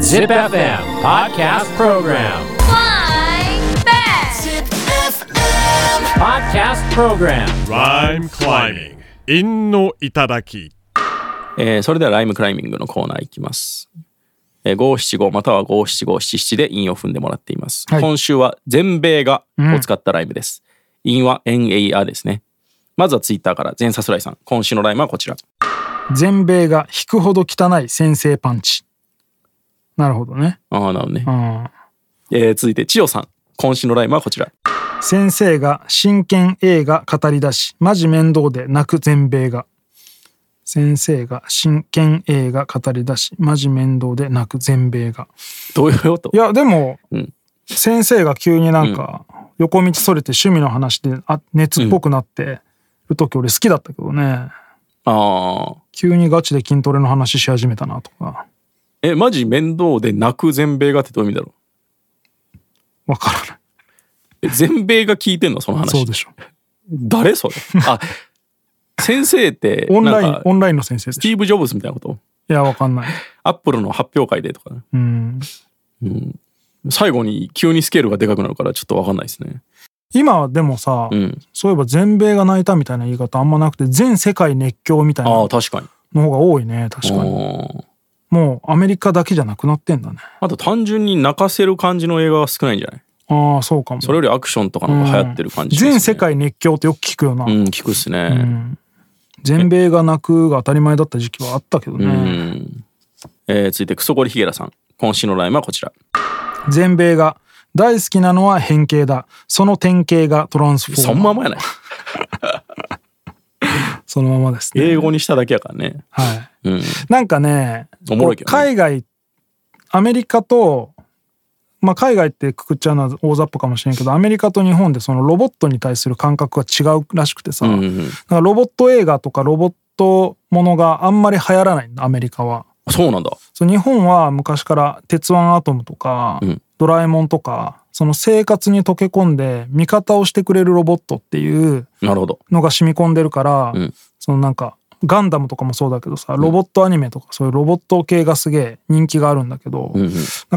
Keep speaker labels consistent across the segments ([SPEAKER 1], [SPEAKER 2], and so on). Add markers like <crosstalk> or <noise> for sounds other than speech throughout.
[SPEAKER 1] Zip FM Podcast Program.
[SPEAKER 2] Flying back.
[SPEAKER 1] Podcast Program.
[SPEAKER 3] Rhyme climbing. 韻の頂き。
[SPEAKER 4] えーそれではライムクライミングのコーナーいきます。えー、五七五または五七五七七で韻を踏んでもらっています。
[SPEAKER 5] い
[SPEAKER 4] 今週は全米がを使ったライムです。韻、は NAR ですね。まずはツイッターから全さすらいさん。今週のライムはこちら。
[SPEAKER 5] 全米が引くほど汚い先制パンチなるほどね、
[SPEAKER 4] ああ、なるほどね
[SPEAKER 5] う。ん、
[SPEAKER 4] えー続いて千代さん。今週のライムはこちら。
[SPEAKER 5] 先生が真剣映画語り出しマジ面倒で泣く全米が先生が真剣映画語り出しマジ面倒で泣く全米が
[SPEAKER 4] どういうこと
[SPEAKER 5] いやでも、
[SPEAKER 4] ん
[SPEAKER 5] 先生が急になんか横道それて趣味の話であ熱っぽくなってる時俺好きだったけどね
[SPEAKER 4] ああ。
[SPEAKER 5] 急にガチで筋トレの話し始めたなとか
[SPEAKER 4] え、マジ面倒で泣く全米がってどういう意味だろ
[SPEAKER 5] わからないう
[SPEAKER 4] え全米が聞いてんのその
[SPEAKER 5] そう
[SPEAKER 4] 話
[SPEAKER 5] で。しょ
[SPEAKER 4] 誰それあ、先生って、
[SPEAKER 5] オンライ
[SPEAKER 4] なん
[SPEAKER 5] ン
[SPEAKER 4] か
[SPEAKER 5] オンラインの先生でし
[SPEAKER 4] ス
[SPEAKER 5] ょ
[SPEAKER 4] ティーブ・ジョブズみたいなこと
[SPEAKER 5] いや、わかんない。
[SPEAKER 4] アップルの発表会でとかね、
[SPEAKER 5] うん。
[SPEAKER 4] 最後に急にスケールがでかくなるからちょっと分かんないですね。
[SPEAKER 5] 今はでもさ、
[SPEAKER 4] うん。
[SPEAKER 5] そういえば全米が泣いたみたいな言い方あんまなくて、全世界熱狂みたいな
[SPEAKER 4] ああ、
[SPEAKER 5] の
[SPEAKER 4] 確かに。
[SPEAKER 5] 方が多いね、確かに。
[SPEAKER 4] あ
[SPEAKER 5] もうアメリカだけじゃなくなってんだね。
[SPEAKER 4] ああと単純に泣かせる感じの映画が少ないんじゃない
[SPEAKER 5] ああ、そうかも。
[SPEAKER 4] それよりアクションとかの方が流行ってる感じ、
[SPEAKER 5] 全世。界熱狂ってよく聞くよな。
[SPEAKER 4] うん、聞くっすね。
[SPEAKER 5] 全米が泣くが当たり前だった時期はあったけどね。
[SPEAKER 4] うん。えー、続いて、クソゴリヒゲラさん。今週のライムはこちら。
[SPEAKER 5] 全米が大好きなのは変形だ。その典型がトランスフォーマー。
[SPEAKER 4] そんままやない。
[SPEAKER 5] そのままですね。
[SPEAKER 4] 英語にしただけやからね。
[SPEAKER 5] はい。
[SPEAKER 4] うん。
[SPEAKER 5] なんかね、
[SPEAKER 4] おもろいけどね
[SPEAKER 5] こう海外、アメリカと、まあ、海外ってくくっちゃうのは大雑把かもしれんけど、アメリカと日本でそのロボットに対する感覚が違うらしくてさ、
[SPEAKER 4] うんう
[SPEAKER 5] なん
[SPEAKER 4] んうん
[SPEAKER 5] かロボット映画とかロボットものがあんまり流行らないんだ、アメリカは。
[SPEAKER 4] そうなんだ。
[SPEAKER 5] そう日本は昔から「鉄腕アトム」とか「
[SPEAKER 4] うん
[SPEAKER 5] ドラえもん」とかその生活に溶け込んで味方をしてくれるロボットっていう
[SPEAKER 4] なるほど。
[SPEAKER 5] のが染み込んでるから、
[SPEAKER 4] うん
[SPEAKER 5] そのなんかガンダムとかもそうだけどさロボットアニメとかそういうロボット系がすげえ人気があるんだけど、
[SPEAKER 4] うんうん。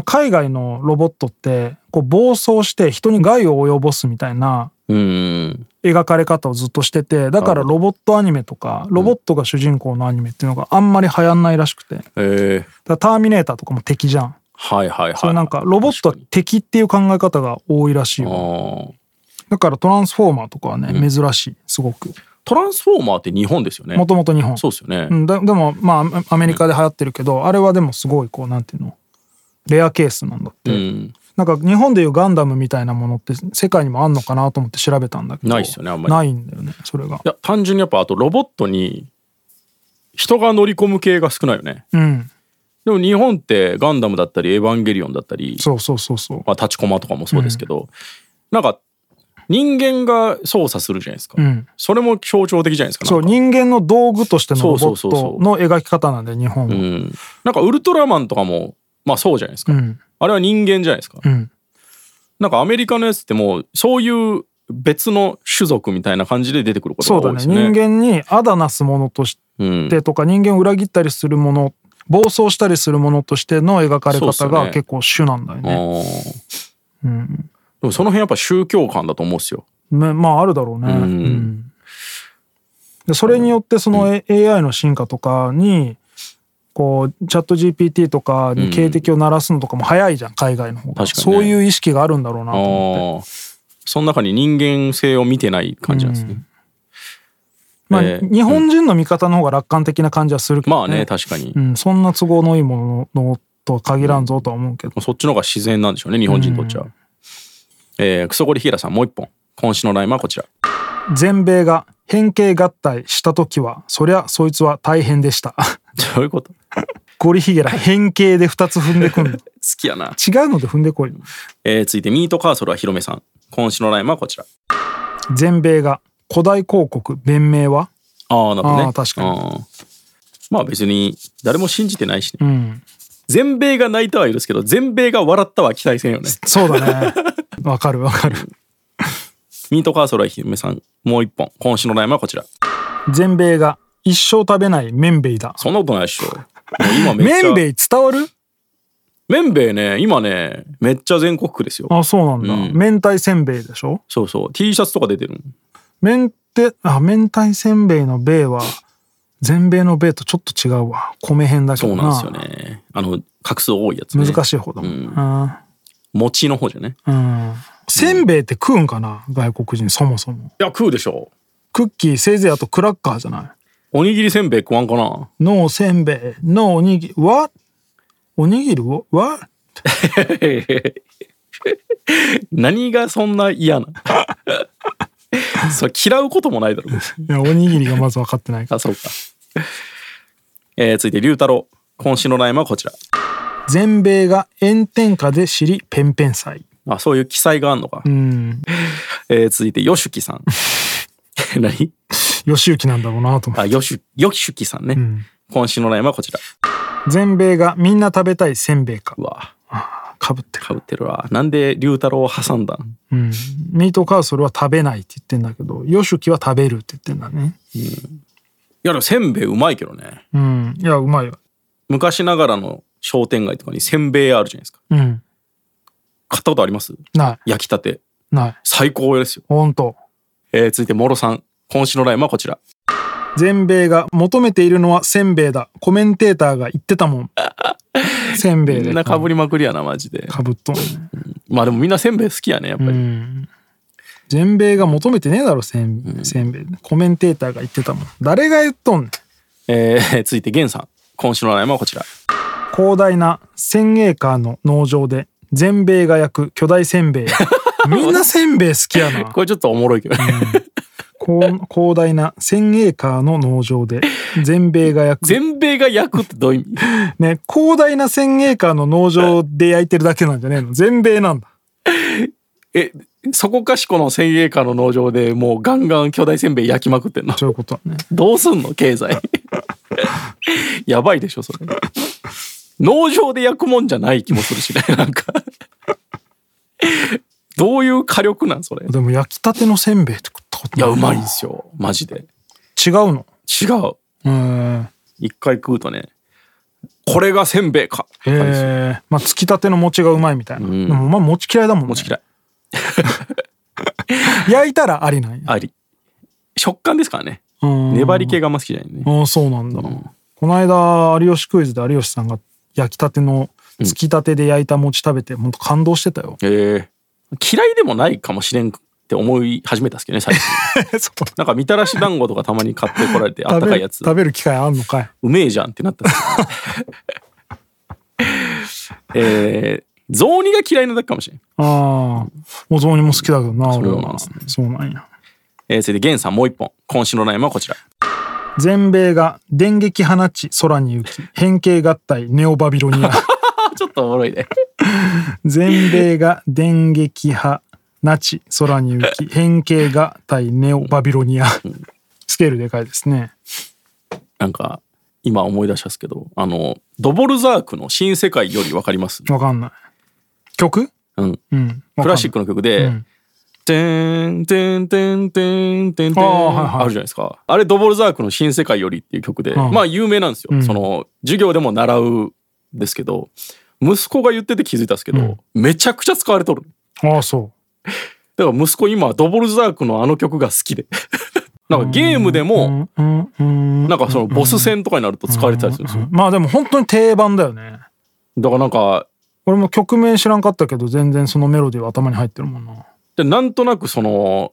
[SPEAKER 5] 海外のロボットってこう暴走して人に害を及ぼすみたいな
[SPEAKER 4] うんうん。
[SPEAKER 5] 描かれ方をずっとしててだからロボットアニメとかロボットが主人公のアニメっていうのがあんまり流行んないらしくてだか
[SPEAKER 4] えー、
[SPEAKER 5] らターミネーターとかも敵じゃん。
[SPEAKER 4] はいはいはい。
[SPEAKER 5] そうなんかロボットは敵っていう考え方が多いらしい
[SPEAKER 4] あ
[SPEAKER 5] よ
[SPEAKER 4] あ。
[SPEAKER 5] だからトランスフォーマーとかはね、珍しいすごく
[SPEAKER 4] トランスフォーマーって日本ですよね。
[SPEAKER 5] もともと日本
[SPEAKER 4] そうですよね。
[SPEAKER 5] うん、だでもまあアアメリカで流行ってるけど、あれはでもすごいこうなんていうのレアケースなんだって、
[SPEAKER 4] うん。
[SPEAKER 5] なんか日本でいうガンダムみたいなものって世界にもあんのかなと思って調べたんだけど
[SPEAKER 4] ないっすよねあんまり
[SPEAKER 5] ないんだよねそれが
[SPEAKER 4] いや、単純にやっぱあとロボットに人が乗り込む系が少ないよね。
[SPEAKER 5] うん
[SPEAKER 4] でも日本ってガンダムだったり、エヴァンゲリオンだったり、
[SPEAKER 5] そうそうそうそう
[SPEAKER 4] まあ、立ちコマとかもそうですけど、なんか人間が操作するじゃないですか。
[SPEAKER 5] うん
[SPEAKER 4] それも象徴的じゃないですか。
[SPEAKER 5] そう
[SPEAKER 4] なんか
[SPEAKER 5] 人間の道具としてのロボ
[SPEAKER 4] そ
[SPEAKER 5] ッ
[SPEAKER 4] うそうそうそ
[SPEAKER 5] ト
[SPEAKER 4] う
[SPEAKER 5] の描き方なんで日本は
[SPEAKER 4] うん。なんかウルトラマンとかも、まあそうじゃないですか。
[SPEAKER 5] うん
[SPEAKER 4] あれは人間じゃないですか。
[SPEAKER 5] うん
[SPEAKER 4] なんかアメリカのやつってもう、そういう別の種族みたいな感じで出てくること
[SPEAKER 5] そ
[SPEAKER 4] が
[SPEAKER 5] う
[SPEAKER 4] 多
[SPEAKER 5] だ
[SPEAKER 4] いで
[SPEAKER 5] ね
[SPEAKER 4] すね。
[SPEAKER 5] 人間にアダなすものとして
[SPEAKER 4] うん
[SPEAKER 5] ってとか人間を裏切ったりするもの暴走したりするものとしての描かれ
[SPEAKER 4] そう
[SPEAKER 5] 方
[SPEAKER 4] っすよ
[SPEAKER 5] が
[SPEAKER 4] ね
[SPEAKER 5] 結構主なんだよね。
[SPEAKER 4] あーでもその辺やっぱ宗教観だと思うんですよ。
[SPEAKER 5] ねまああるだろうね。
[SPEAKER 4] ん
[SPEAKER 5] うんでそれによってその A- AI の進化とかにこうチャット GPT とかに警笛を鳴らすのとかも早いじゃん海外の方が、
[SPEAKER 4] 確かにね
[SPEAKER 5] そういう意識があるんだろうな
[SPEAKER 4] あ
[SPEAKER 5] と思って。
[SPEAKER 4] あその中に人間性を見てない感じなんですね。
[SPEAKER 5] まあ、
[SPEAKER 4] えー
[SPEAKER 5] 日本人の見方の方が楽観的な感じはするけど、
[SPEAKER 4] まあね、確かに。
[SPEAKER 5] うん、そんな都合のいいもののとは限らんぞとは思うけど、
[SPEAKER 4] そっちの方が自然なんでしょうね、日本人にとっちゃ。えー、クソゴリヒゲラさん、もう一本。今週のラインはこち
[SPEAKER 5] <laughs>
[SPEAKER 4] ら。
[SPEAKER 5] 全米が変形合体した時はそりゃそいつは大変でした <laughs>
[SPEAKER 4] どういうこと好
[SPEAKER 5] ゴリヒゲラ変形で2つ踏んでくんの
[SPEAKER 4] きやな。
[SPEAKER 5] 違うので踏んでこいよ
[SPEAKER 4] えー、続いて、ミートカーソルはヒロメさん。今週のラインはこちら。
[SPEAKER 5] 全米が古代広告弁明は
[SPEAKER 4] ああ、なるほどね。
[SPEAKER 5] あー確かに
[SPEAKER 4] に。まあ別に、誰も信じてないしね。
[SPEAKER 5] うん
[SPEAKER 4] 全米が泣いたはいるんですけど、全米が笑ったは期待せんよね。
[SPEAKER 5] そうだね <laughs> わかるわかる
[SPEAKER 4] ミートカーソルはヒロメさん、もう一本。今週のラインはこちら。
[SPEAKER 5] 全米が一生食べない麺べいだ
[SPEAKER 4] そんなことないでしょ。もう今めっちゃ
[SPEAKER 5] 麺べい伝わる
[SPEAKER 4] 麺べいね今ねめっちゃ全国区ですよ
[SPEAKER 5] あ、そうなんだ。
[SPEAKER 4] うん
[SPEAKER 5] 明太せんべいでしょ
[SPEAKER 4] そうそう T シャツとか出てるの
[SPEAKER 5] 麺って、あ、明太せんべいのべいは、全米のべいとちょっと違うわ。米編だけ
[SPEAKER 4] そう
[SPEAKER 5] ど
[SPEAKER 4] なん
[SPEAKER 5] な。
[SPEAKER 4] ですよねあの画数多いやつ、ね、
[SPEAKER 5] 難
[SPEAKER 4] い
[SPEAKER 5] しい方だもん
[SPEAKER 4] うん
[SPEAKER 5] な。
[SPEAKER 4] 餅の方じゃね
[SPEAKER 5] うん。せんべいって食うんかな外国人、そもそも。
[SPEAKER 4] いや食うでしょ
[SPEAKER 5] クッキー、せいぜいあとクラッカーじゃない
[SPEAKER 4] おにぎりせんべい食わんかな <laughs>
[SPEAKER 5] ノーせんべい、ノーおにぎり、わおにぎりを、わ
[SPEAKER 4] 何がそんな嫌なそれ嫌うこともないだろう
[SPEAKER 5] いや、おにぎりがまず分かってないか
[SPEAKER 4] あそうかえー、続いて龍太郎今週のラインはこちら
[SPEAKER 5] ら。全米が炎天下で知り、ペンペン祭。
[SPEAKER 4] あそういう記載があるのか、
[SPEAKER 5] うん。
[SPEAKER 4] えー、続いてよしゅきさん <laughs> 何
[SPEAKER 5] 吉行なんだろうなと思って。
[SPEAKER 4] あよしゅよしゅきさんね、
[SPEAKER 5] ん
[SPEAKER 4] 今週のラインはこちら
[SPEAKER 5] 全米がみんな食べたいせんべいか
[SPEAKER 4] う。わ
[SPEAKER 5] かぶってる。
[SPEAKER 4] かぶってるわなんで龍太郎を挟んだん
[SPEAKER 5] うん。ミートカーソルは食べないって言ってんだけど、ヨシュキは食べるって言ってんだね。
[SPEAKER 4] いやでもせんべいうまいけどね
[SPEAKER 5] うん。いや、うまいわ。
[SPEAKER 4] 昔ながらの商店街とかにせんべいあるじゃないですか
[SPEAKER 5] うん。
[SPEAKER 4] 買ったことあります
[SPEAKER 5] な
[SPEAKER 4] 焼きたて
[SPEAKER 5] い。ない。
[SPEAKER 4] 最高ですよ、
[SPEAKER 5] ほんと。
[SPEAKER 4] えー続いてもろさん今週のラインはこちら
[SPEAKER 5] 全米が求めているのはせんべいだ。コメンテーターが言ってた
[SPEAKER 4] <laughs>
[SPEAKER 5] もん。せんべい
[SPEAKER 4] み
[SPEAKER 5] で。
[SPEAKER 4] んなかぶりまくりやなマジで
[SPEAKER 5] かぶっとんね。
[SPEAKER 4] まあでもみんなせんべい好きやねやっぱり、
[SPEAKER 5] うん。全米が求めてねえだろ、せん,、せんべい。コメンテーターが言ってたもん。誰が言っとんねん。
[SPEAKER 4] えー <laughs> 続いてゲンさん今週のラインはこちら
[SPEAKER 5] 広大な1000エーカーの農場で全米が焼く巨大
[SPEAKER 4] <laughs>
[SPEAKER 5] せんべいみんなせんべい好きやな
[SPEAKER 4] これちょっとおもろいけどね、
[SPEAKER 5] こう広大な1000エーカーの農場で全米が焼
[SPEAKER 4] <laughs>
[SPEAKER 5] く
[SPEAKER 4] 全米が焼くってどういう意味
[SPEAKER 5] ね広大な1000エーカーの農場で焼いてるだけなんじゃねえの全米なんだ
[SPEAKER 4] えそこかしこの1000エーカーの農場でもうガンガン巨大せんべい焼きまくってんの
[SPEAKER 5] そういうことだね
[SPEAKER 4] <laughs> どうすんの経済 <laughs> やばいでしょそれ農場で焼くもんじゃない気もするしね <laughs> なんかどういう火力なんそれい
[SPEAKER 5] でも焼きたてのせんべいって食ったこと
[SPEAKER 4] や
[SPEAKER 5] ないう
[SPEAKER 4] まいんすよマジで
[SPEAKER 5] 違うの
[SPEAKER 4] 違う
[SPEAKER 5] うん
[SPEAKER 4] 一回食うとねこれがせんべいか
[SPEAKER 5] へえまあつきたての餅がうまいみたいな、
[SPEAKER 4] ん
[SPEAKER 5] でもまあ餅嫌いだもん、ね、
[SPEAKER 4] 餅嫌い
[SPEAKER 5] 焼いたらありなんや
[SPEAKER 4] あり食感ですからね
[SPEAKER 5] うん
[SPEAKER 4] 粘り系があんま好きじゃないね、
[SPEAKER 5] ああそうなんだ、この間有吉クイズで有吉さんが焼きたてのつきたてで焼いた餅食べて本当感動してたよ
[SPEAKER 4] <laughs> えー嫌いでもないかもしれんって思い始めたんですけどね <laughs> 最近
[SPEAKER 5] そう
[SPEAKER 4] なんかみたらし団子とかたまに買ってこられてあったか
[SPEAKER 5] 食べ
[SPEAKER 4] い
[SPEAKER 5] る
[SPEAKER 4] やつ
[SPEAKER 5] 食べる機会あんのかいう
[SPEAKER 4] めえじゃんってなったんです <laughs> よえー、雑煮が嫌いなだけかもしれん。
[SPEAKER 5] ああお雑煮も好きだけどな俺
[SPEAKER 4] そうなん
[SPEAKER 5] は
[SPEAKER 4] ですね
[SPEAKER 5] そうなんや
[SPEAKER 4] えー、それで、ゲンさんもう一本。今週のラインはこちら。
[SPEAKER 5] 全米が電撃放ち空に浮き変形合体ネオバビロニア
[SPEAKER 4] あ、ちょっとおもろいね。
[SPEAKER 5] 全米が電撃派ナチ空
[SPEAKER 4] <laughs>
[SPEAKER 5] に浮き変形合体ネオバビロニアスケールでかいですね
[SPEAKER 4] なんか、今思い出したんですけど、あの、ドボルザークの新世界よりわかります
[SPEAKER 5] わかんない曲
[SPEAKER 4] うん。
[SPEAKER 5] うん
[SPEAKER 4] クラシッ
[SPEAKER 5] ク
[SPEAKER 4] クの曲で
[SPEAKER 5] ん、
[SPEAKER 4] てんてんてんてんてんてん
[SPEAKER 5] あーはいはい
[SPEAKER 4] あるじゃないですか。あれ、ドボルザークの新世界よりっていう曲で、
[SPEAKER 5] ん
[SPEAKER 4] まあ有名なんですよ。その、授業でも習うんですけど、息子が言ってて気づいたんですけど、めちゃくちゃ使われとる。
[SPEAKER 5] ああそう
[SPEAKER 4] だから息子今ドボルザークのあの曲が好きで <laughs> なんかゲームでも
[SPEAKER 5] うんうん
[SPEAKER 4] なんかそのボス戦とかになると使われてたりするんですよ
[SPEAKER 5] まあでも本当に定番だよね
[SPEAKER 4] だからなんか
[SPEAKER 5] 俺も曲名知らんかったけど全然そのメロディーは頭に入ってるもんな
[SPEAKER 4] でなんとなくその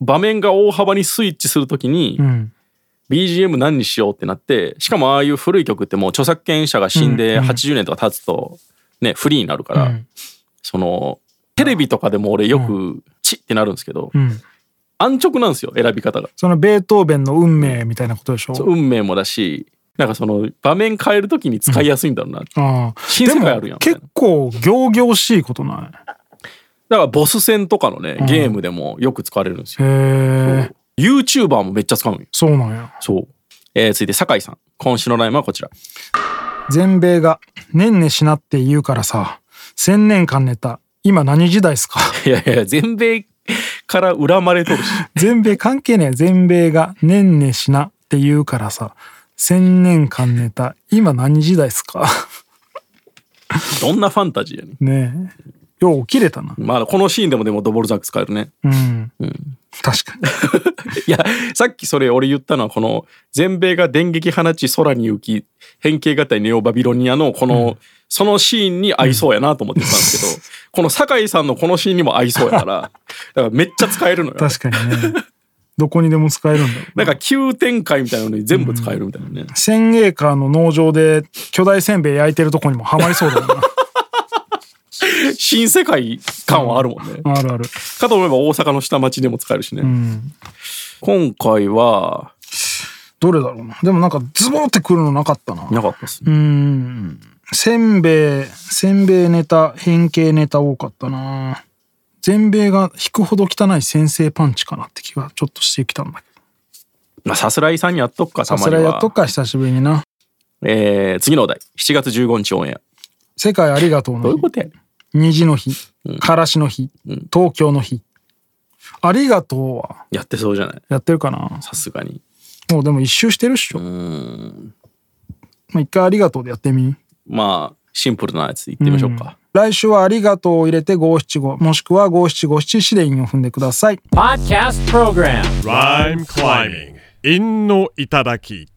[SPEAKER 4] 場面が大幅にスイッチするときに
[SPEAKER 5] ん
[SPEAKER 4] BGM 何にしようってなってしかもああいう古い曲ってもう著作権者が死んで80年とか経つとねフリーになるからそのテレビとかでも俺よくチッってなるんですけど
[SPEAKER 5] うん
[SPEAKER 4] 安直なんですよ選び方が。
[SPEAKER 5] そのベートーベンの運命みたいなことでしょ
[SPEAKER 4] そう運命もだしなんかその場面変えるときに使いやすいんだろうなって
[SPEAKER 5] ああ
[SPEAKER 4] 新世界あるやんみたい
[SPEAKER 5] で
[SPEAKER 4] な
[SPEAKER 5] も結構行々しいことな
[SPEAKER 4] だからボス戦とかのね、ゲームでもよく使われるんです
[SPEAKER 5] い
[SPEAKER 4] よ。
[SPEAKER 5] へえ
[SPEAKER 4] YouTuber もめっちゃ使うんよ。
[SPEAKER 5] そうなんや
[SPEAKER 4] そう。えー、続いて酒井さん。今週のラインはこちら。
[SPEAKER 5] 全米が「ねんねしな」って言うからさ千年間寝た今何時代っすか <laughs>
[SPEAKER 4] いやいや、全米から恨まれとるし。
[SPEAKER 5] 全米関係ねえ全米が「ねんねしな」って言うからさ千年間ネタ今何時代ですか <laughs>
[SPEAKER 4] どんなファンタジーやねん
[SPEAKER 5] ねえよう起きれたな
[SPEAKER 4] まあこのシーンでもでもドボルザック使えるね <laughs>
[SPEAKER 5] うん、確かに
[SPEAKER 4] いやさっきそれ俺言ったのはこの全米が電撃放ち空に浮き変形型ネオバビロニアのこの、そのシーンに合いそうやなと思ってたんですけど、この酒井さんのこのシーンにも合いそうやからだからめっちゃ使えるのよ
[SPEAKER 5] 確かにねどこにでも使えるんだろう
[SPEAKER 4] なんか急展開みたいなのに全部使えるみたいなね、
[SPEAKER 5] 千栄ーの農場で巨大せんべい焼いてるとこにもハマりそうだよ
[SPEAKER 4] 新世界感はあるもんね、
[SPEAKER 5] <laughs> なあるある
[SPEAKER 4] かと思えば大阪の下町でも使えるしね、
[SPEAKER 5] うん
[SPEAKER 4] 今回は
[SPEAKER 5] どれだろうなでもなんかズボンってくるのなかったな
[SPEAKER 4] なかったですね
[SPEAKER 5] うんせんべいせんべいネタ変形ネタ多かったな全米が引くほど汚い先生パンチかなって気がちょっとしてきたんだけど
[SPEAKER 4] まあさすらいさんにやっとくかた
[SPEAKER 5] さ
[SPEAKER 4] ますに
[SPEAKER 5] ら
[SPEAKER 4] はい
[SPEAKER 5] やっとくか久しぶりにな
[SPEAKER 4] えー次のお題7月15日オンエア
[SPEAKER 5] 「世界ありがとう
[SPEAKER 4] どう
[SPEAKER 5] の
[SPEAKER 4] いう
[SPEAKER 5] 日
[SPEAKER 4] ことやねん」
[SPEAKER 5] 虹の日」からしの日」東京の日」「ありがとう」は
[SPEAKER 4] やってそうじゃない
[SPEAKER 5] やってるかな
[SPEAKER 4] さすがに
[SPEAKER 5] もうでも一周してるっしょ
[SPEAKER 4] うん
[SPEAKER 5] まあ、一回ありがとうでやってみ。
[SPEAKER 4] まあシンプルなやついってみましょうか、
[SPEAKER 5] 来週はありがとうを入れて五七五もしくは五七五七四で韻を踏んでください。
[SPEAKER 1] Podcast Program
[SPEAKER 3] Rhyme climbing. 陰の頂き。